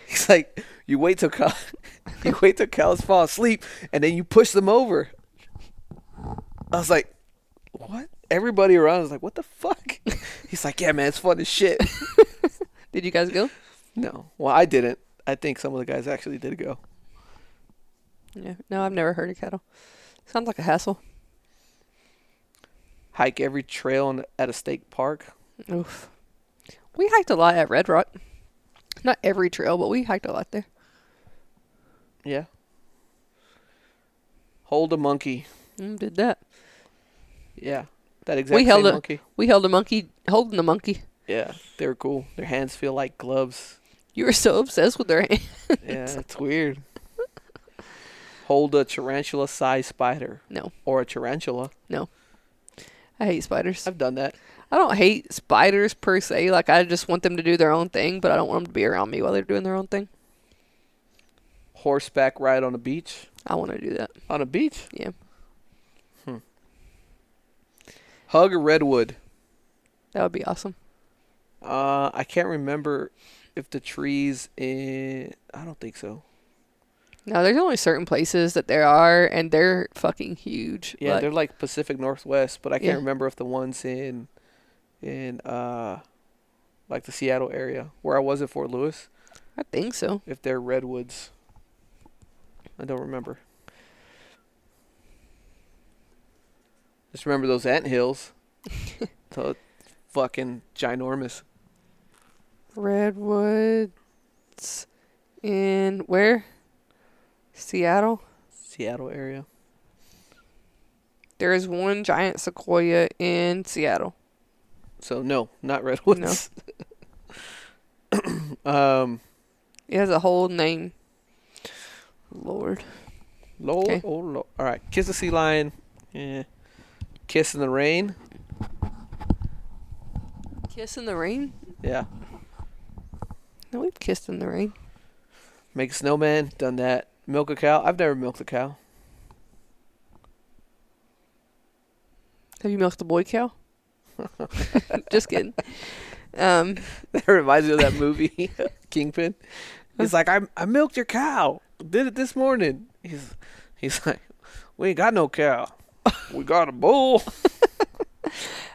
he's like, "You wait till cow, [laughs] you wait till cows fall asleep, and then you push them over." I was like, "What?" Everybody around was like, "What the fuck?" [laughs] he's like, "Yeah, man, it's fun as shit." [laughs]
Did you guys go?
no, well, I didn't. I think some of the guys actually did go.
Yeah. No, I've never heard of cattle. Sounds like a hassle.
hike every trail in, at a state park.
Oof. We hiked a lot at Red Rock. Not every trail, but we hiked a lot there.
Yeah. Hold a monkey.
Mm, did that.
Yeah. That exact
held
same
a-
monkey.
We held a monkey, holding the monkey.
Yeah. They're cool. Their hands feel like
[laughs]
gloves.
You were so obsessed with their [laughs] hand.
Yeah, it's weird. Hold a tarantula sized spider.
No.
Or a tarantula.
I hate spiders.
I've done that.
I don't hate spiders per se. Like, I just want them to do their own thing, but I don't want them to be around me while they're doing their own thing.
Horseback ride on a beach.
I want to do that.
On a beach? Hmm.
Yeah.
Hug a redwood.
That would be awesome.
Uh, I can't remember if the trees in. I don't think so.
No, there's only certain places that there are, and they're fucking huge.
Yeah,
Like,
they're like Pacific Northwest, but I can't
Yeah.
remember if the ones in in uh like the Seattle area where I was at Fort Lewis,
I think so.
if they're redwoods. I don't remember. Just remember those
[laughs]
ant hills. so fucking ginormous.
Redwoods in where? Seattle.
Seattle area.
There is one giant sequoia in Seattle.
So no, not redwoods. [laughs] um
It has a whole name. Lord.
Lord,
Okay.
oh Lord. All right, kiss the sea lion. Yeah. Kiss in the rain.
Kiss in the rain?
Yeah.
No, we've kissed in the rain.
Make a snowman, done that. Milk a cow. I've never milked a cow. [laughs]
Have you milked a boy [laughs] cow? Just kidding. Um,
That reminds me of that movie, [laughs] Kingpin. He's like, I, I milked your cow. Did it this morning. He's he's like, we ain't got no cow. We got a bull.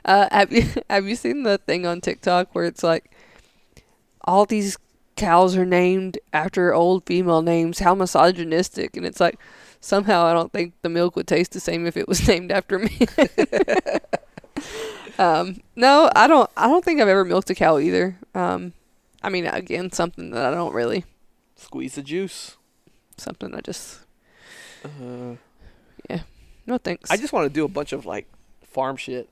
Uh, have you [laughs] have you seen the thing on TikTok where it's like all these cows are named after old female names? How misogynistic! And it's like somehow I don't think the milk would taste the same if it was [laughs] named after me. um, no, I don't. I don't think I've ever milked a cow either. Um, I mean, again, something that I don't really,
Squeeze the juice.
something I just
Uh,
No thanks.
I just want to do a bunch of like farm shit.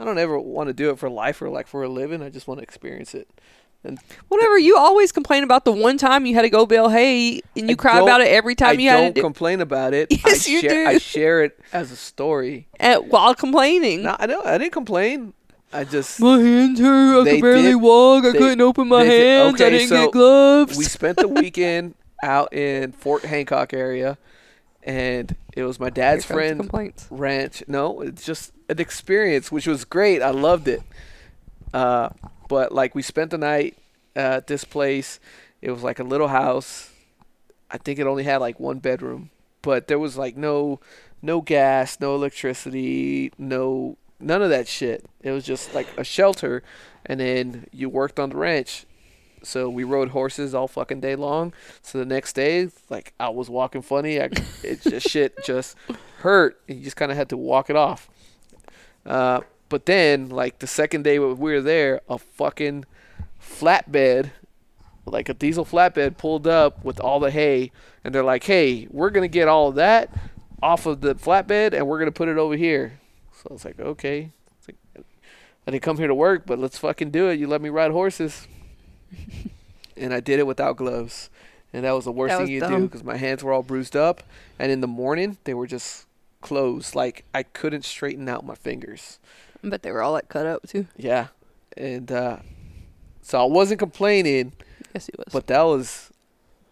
I don't ever want to do it for life or like for a living. I just want to experience it. And
Whatever. You always complain about the one time you had to go bail hay, and you
I
cry about
don't-
it every
I
time you had
don't
to do,
complain about it.
[laughs] Yes,
I
you
share, I
do.
share it as a story.
uh, while complaining.
No, I don't. I didn't complain. I just
My hands hurt. I
They
could barely
did-
walk. I
they-
couldn't open my
they did-
hands. I
okay,
didn't
so
get gloves.
we spent the weekend out in Fort Hancock area, and it was my dad's
Here comes the
friend
Complaints.
ranch. No, it's just an experience, which was great. I loved it. Uh, but like we spent the night uh, at this place. It was like a little house. I think it only had like one bedroom, but there was like no, no gas, no electricity, no none of that shit. It was just like a shelter, and then you worked on the ranch. So we rode horses all fucking day long. So the next day, like I was walking funny, I, it just shit just hurt. and You just kind of had to walk it off. Uh, but then, like the second day we were there, a fucking flatbed, like a diesel flatbed, pulled up with all the hay, and they're like, "Hey, we're gonna get all of that off of the flatbed, and we're gonna put it over here." So I was like, "Okay." It's like, I didn't come here to work, but let's fucking do it. You let me ride
[laughs]
horses, and I did it without gloves, and that was the worst
That
thing
was
you do
dumb.
because my hands were all bruised up, and in the morning they were just closed. Like I couldn't straighten out my fingers.
But they were all like cut up too.
Yeah. And uh so I wasn't complaining,
Yes, he was.
but that was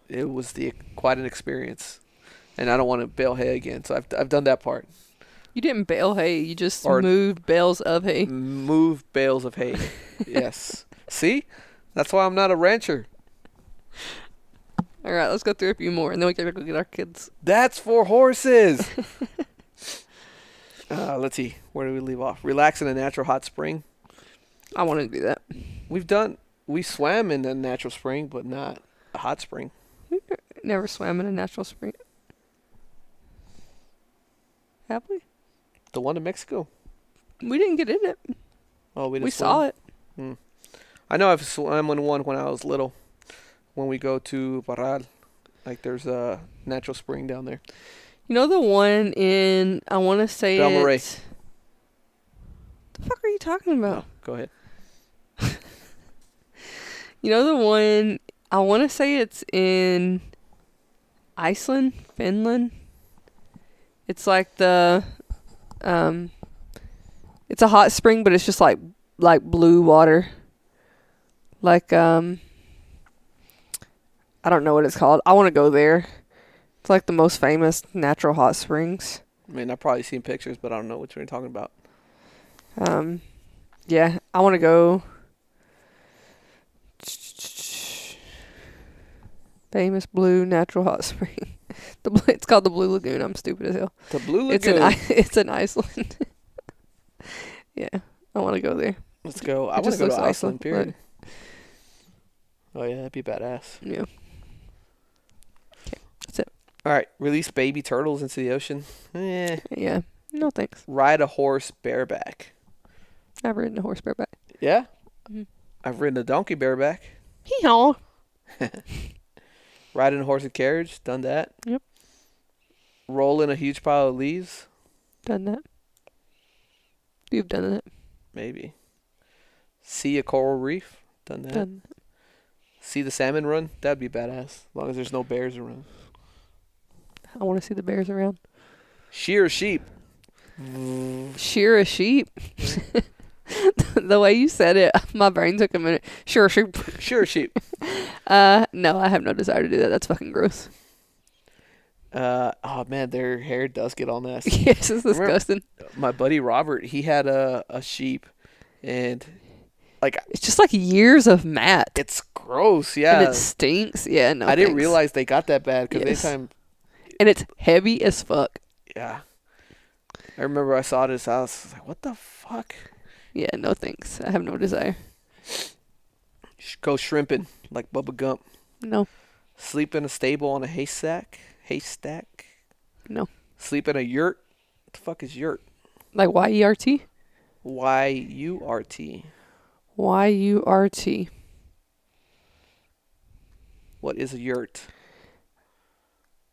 it was the quite an experience. And I don't want to bail hay again. So I've I've done that part.
you didn't bail hay. You just
Or- Mm.
moved bales of hay.
Move bales
[laughs]
of hay. yes. See? That's why I'm not a rancher.
All right, let's go through a few more, and then we gotta go get our kids.
That's
[laughs]
for horses. uh, let's see. Where do we leave off? Relax in a natural hot spring.
I want to do that.
We've done we swam in a natural spring, but not a hot spring.
Never swam in a natural spring. Have we?
The one in Mexico.
We didn't get in it.
Oh,
We,
we didn't swim.
saw it.
I know I've swam in one when I was little. When we go to Barral, like there's a natural spring down there.
You know the one in I want to say
Del Mar.
it. The fuck are you talking about?
No, go ahead.
You know the one I want to say it's in Iceland, Finland. It's like the um it's a hot spring but it's just like like blue water. Like um I don't know what it's called. I want to go there. It's like the most famous natural hot springs.
I mean, I've probably seen pictures, but I don't know what you're talking about.
Um yeah, I want to go famous blue natural hot spring. [laughs] The blue, it's called the Blue Lagoon. I'm stupid as hell.
The Blue
It's in
Lagoon.
I- [laughs] it's in Iceland. [laughs] yeah, I want to go there. [laughs]
Let's go. I
it
want
just
to go to
looks
Iceland.
awesome,
Period. Oh yeah, that'd be badass.
Yeah,
All right, release baby turtles into the ocean. Eh.
yeah. No thanks.
Ride a horse bareback.
I've ridden a horse bareback.
Yeah.
Mhm.
I've ridden a donkey bareback.
Hee haw.
Riding a horse and carriage. Done that.
Yep.
Roll in a huge pile of leaves.
Done that. You've done it.
Maybe. See a coral reef. Done that.
Done.
See the salmon run. That'd be badass. As long as there's no bears around.
I want to see the bears around. [laughs]
Shear sheep.
Shear a sheep. [laughs] the way you said it, [laughs] my brain took a minute. Sure, a sheep.
Shear sheep.
Uh, no, I have no desire to do that. That's fucking gross. [laughs]
Uh, oh man, their hair does get all nasty.
yes, it's
Remember-
disgusting.
My buddy Robert, he had a a sheep, and like
It's just like years of mat.
it's gross. Yeah.
And it stinks. Yeah, no.
I didn't
thanks.
realize they got that bad because
Yes.
anytime,
And it's heavy as fuck.
yeah. I remember I saw it at his house. I was like, what the fuck?
Yeah, no thanks. I have no desire.
Sh- Go shrimping like Bubba Gump.
No.
Sleep in a stable on a haystack. Haystack.
No.
Sleep in a yurt. What the fuck is yurt?
Like Y E R T?
Y U R T.
Y U R T.
What is a yurt?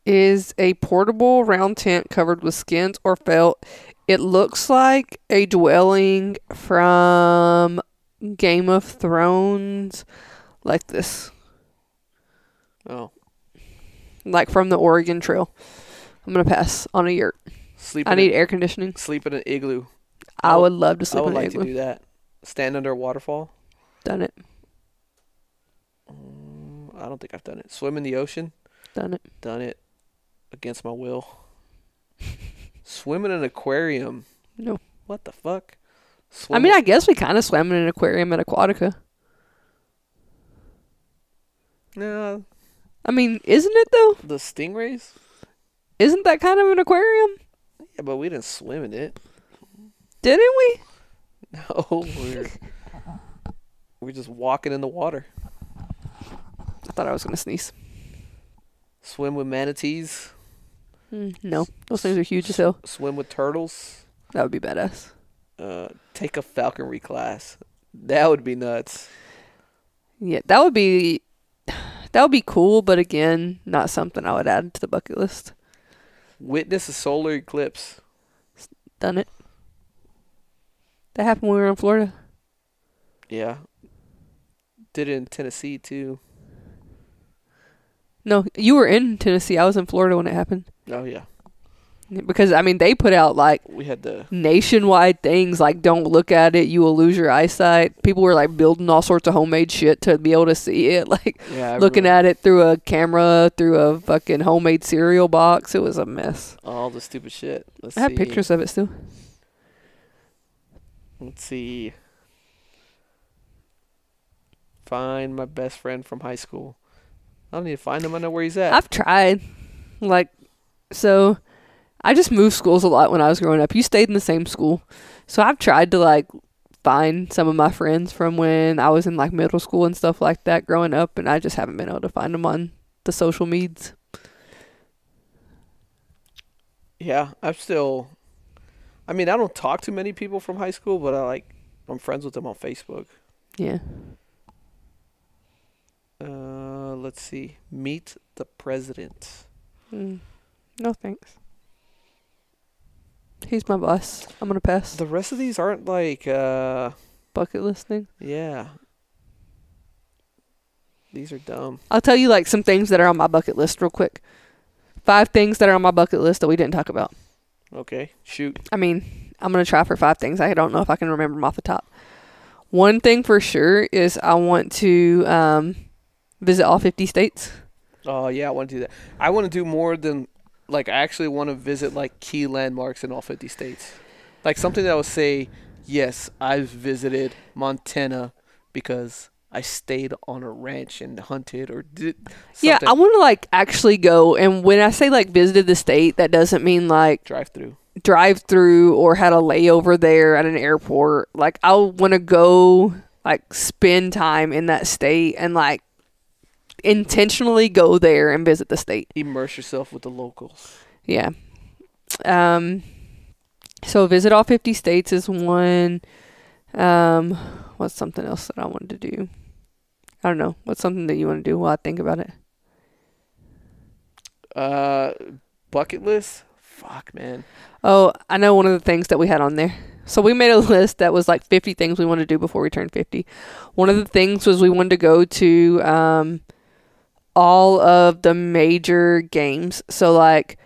is a portable round tent covered with skins or felt. It looks like a dwelling from Game of Thrones, like this,
Oh,
like from the Oregon Trail. I'm gonna pass on a yurt.
sleep.
I
in
need
a,
air conditioning.
sleep in an igloo.
I
I would-
would love to
I
sleep
would
in an
like to
igloo.
do that. Stand under a waterfall.
Done it.
Mm, I don't think I've done it. Swim in the ocean.
Done it.
Done it against my
[laughs]
will. Swim in an aquarium.
No.
What the fuck?
I
Swim
mean, I guess we kind of swam in an aquarium at Aquatica.
no,
I mean, isn't it though?
the stingrays.
Isn't that kind of an aquarium?
Yeah, but we didn't swim in it. [laughs]
Didn't we?
No,
[laughs]
we're we're just walking in the water.
I thought I was gonna sneeze.
Swim with manatees. Hmm.
Mm, no, those things are huge as hell.
Swim with turtles.
That would be badass.
Uh, take a falconry class. That would be nuts.
Yeah, that would be [sighs] that would be cool, but again, not something I would add to the bucket list.
Witness a solar eclipse.
Done it. That happened when we were in Florida.
Yeah. Did it in Tennessee too.
No, you were in Tennessee. I was in Florida when it happened.
Oh yeah.
Because I mean, they put out like
We had the
nationwide things like don't look at it, you will lose your eyesight. People were like building all sorts of homemade shit to be able to see it, [laughs] like
yeah, I
looking
remember
at it through a camera, through a fucking homemade cereal box. It was a mess.
all the stupid shit. Let's
I have
see.
pictures of it still.
Let's see. Find my best friend from high school. I don't need to find him. I know where he's at.
I've tried. Like, so I just moved schools a lot when I was growing up. You stayed in the same school. So I've tried to, like, find some of my friends from when I was in, like, middle school and stuff like that growing up, and I just haven't been able to find them on the social meds.
Yeah, I'm still. I mean, I don't talk to many people from high school, but I like I'm friends with them on Facebook.
Yeah.
Uh, let's see. Meet the president.
Mm. No thanks. He's my boss. I'm going to pass.
The rest of these aren't like uh
Bucket list thing.
yeah. These are dumb.
I'll tell you, like, some things that are on my bucket list real quick. Five things that are on my bucket list that we didn't talk about.
Okay. Shoot.
I mean, I'm gonna try for five things. I don't know if I can remember them off the top. One thing for sure is I want to um, visit all 50 states.
Oh yeah, I want to do that. I want to do more than like I actually want to visit like key landmarks in all 50 states. Like something that would say, "Yes, I've visited Montana because I stayed on a ranch and hunted or did something."
Yeah, I want to like actually go. And when I say like visited the state, that doesn't mean like
drive through.
drive through or had a layover there at an airport. Like I want to go like spend time in that state and like intentionally go there and visit the state.
Immerse yourself with the locals.
Yeah. Um, so visit all 50 states is one. Um, what's something else that I wanted to do? I don't know. What's something that you want to do while I think about it?
Uh bucket list? Fuck, man.
Oh, I know one of the things that we had on there. So we made a list that was like 50 things we wanted to do before we turned 50. One of the things was we wanted to go to um, all of the major games. So like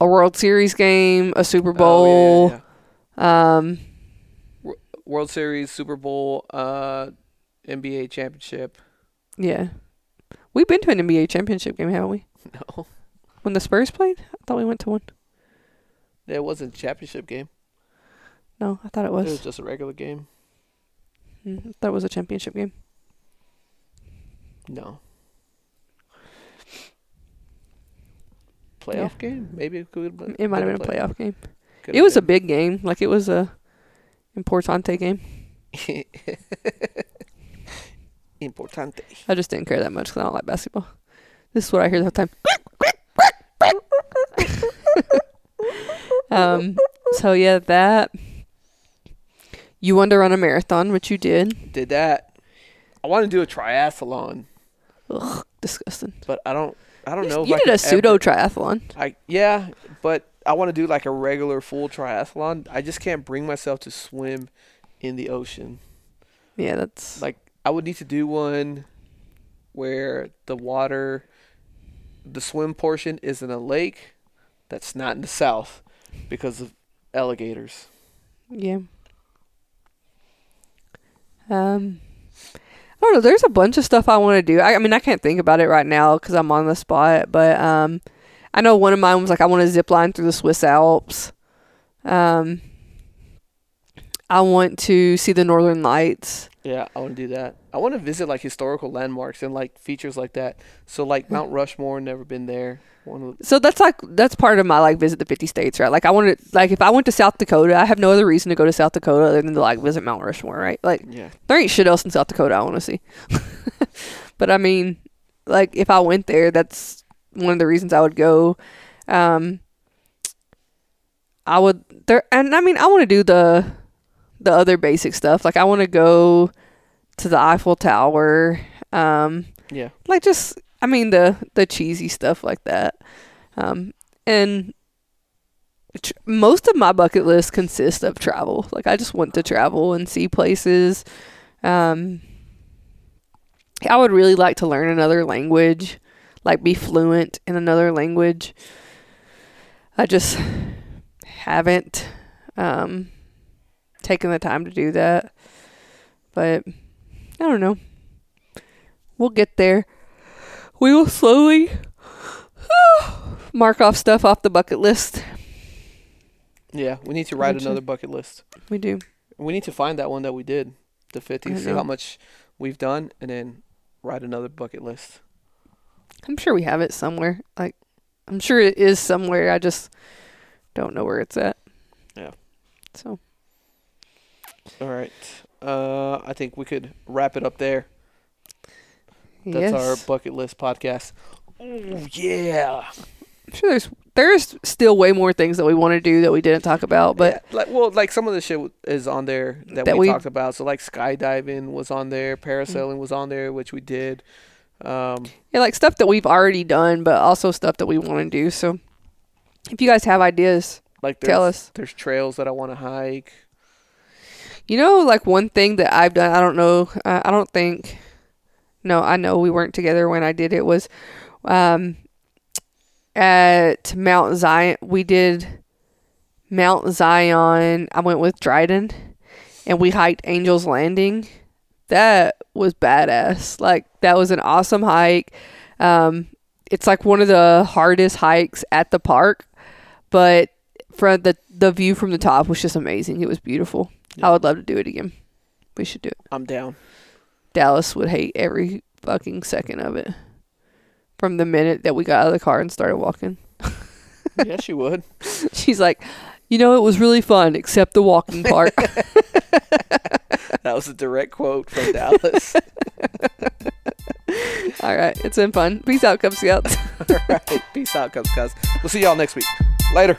a World Series game, a Super
Oh, yeah,
Bowl,
yeah,
um
yeah. World Series, Super Bowl, uh NBA championship. [laughs]
Yeah. We've been to an NBA championship game, haven't we?
No.
When the Spurs played? I thought we went to one.
It wasn't a championship game.
No, I thought it
It was
was.
just a regular game.
Mm, That was a championship game.
No. Playoff game? Maybe it could. have
It might have been a playoff game.
Could
It was a big game. Like it was a importante game.
been. [laughs] importante.
I just didn't care that much because I don't like basketball. This is what I hear the whole time. [laughs] um, so yeah, that you wanted to run a marathon, which you did.
Did that? I want to do a triathlon,
Ugh, disgusting.
but I don't. I don't
You-
know. if
you
I
did
could
a pseudo
ever-
triathlon.
I yeah, but I want to do like a regular full triathlon. I just can't bring myself to swim in the ocean.
Yeah, that's
Like I would need to do one where the water, the swim portion is in a lake that's not in the south because of alligators.
yeah. Um, I don't know. There's a bunch of stuff I want to do. I, I mean, I can't think about it right now because I'm on the spot. But um, I know one of mine was like I want to zip line through the Swiss Alps. Um, I want to see the Northern Lights.
Yeah, I want to do that. I want to visit like historical landmarks and like features like that. So like Mount Rushmore, never been there. One of the-
So that's like that's part of my like visit the 50 states, right? Like I wanted like if I went to South Dakota, I have no other reason to go to South Dakota other than to like visit Mount Rushmore, right? Like
yeah,
there ain't shit else in South Dakota I want to see. [laughs] but I mean, like if I went there, that's one of the reasons I would go. Um, I would there, and I mean, I want to do the the other basic stuff. Like I want to go to the Eiffel Tower. Um,
yeah,
like just I mean the the cheesy stuff like that. Um, and tr- most of my bucket list consists of travel. Like I just want to travel and see places. Um, I would really like to learn another language, like be fluent in another language. I just haven't um, taken the time to do that. But I don't know. We'll get there. We will slowly [sighs] mark off stuff off the bucket list.
yeah. We need to write
Gotcha.
another bucket list.
We do.
We need to find that one that we did, the 50,
I
see
know.
how much we've done, and then write another bucket list.
I'm sure we have it somewhere. Like, I'm sure it is somewhere. I just don't know where it's at.
Yeah.
So,
All right. Uh, I think we could wrap it up there.
yes.
That's
Mm.
our bucket list podcast. Oh, yeah.
I'm sure there's there's still way more things that we want to do that we didn't talk about, Oh, but
Yeah, like, well, like some of the shit w- is on there that,
That
we,
we-
talked about. So, like, skydiving was on there, parasailing was on there, which we did. Um,
Yeah, like stuff that we've already done, but also stuff that we want to do. So, if you guys have ideas,
like, there's,
tell us.
there's trails that I want to hike.
You know, like one thing that I've done, I don't know, uh, I don't think, no, I know we weren't together when I did it was um, at Mount Zion. We did Mount Zion. I went with Dryden and we hiked Angel's Landing. That was badass. Like, that was an awesome hike. Um, it's like one of the hardest hikes at the park, but from the the view from the top was just amazing. It was beautiful. I would love to do it again. We should do it. [laughs]
I'm down.
Dallas would hate every fucking second of it. From the minute that we got out of the car and started walking, [laughs]
yes, you would. [laughs]
she's like, "You know, it was really fun, except the walking part."
That was a direct quote from Dallas.
All right, it's been fun. Peace out, Cub Scouts.
[laughs] All right. Peace out, Cubs, guys. We'll see y'all next week. Later.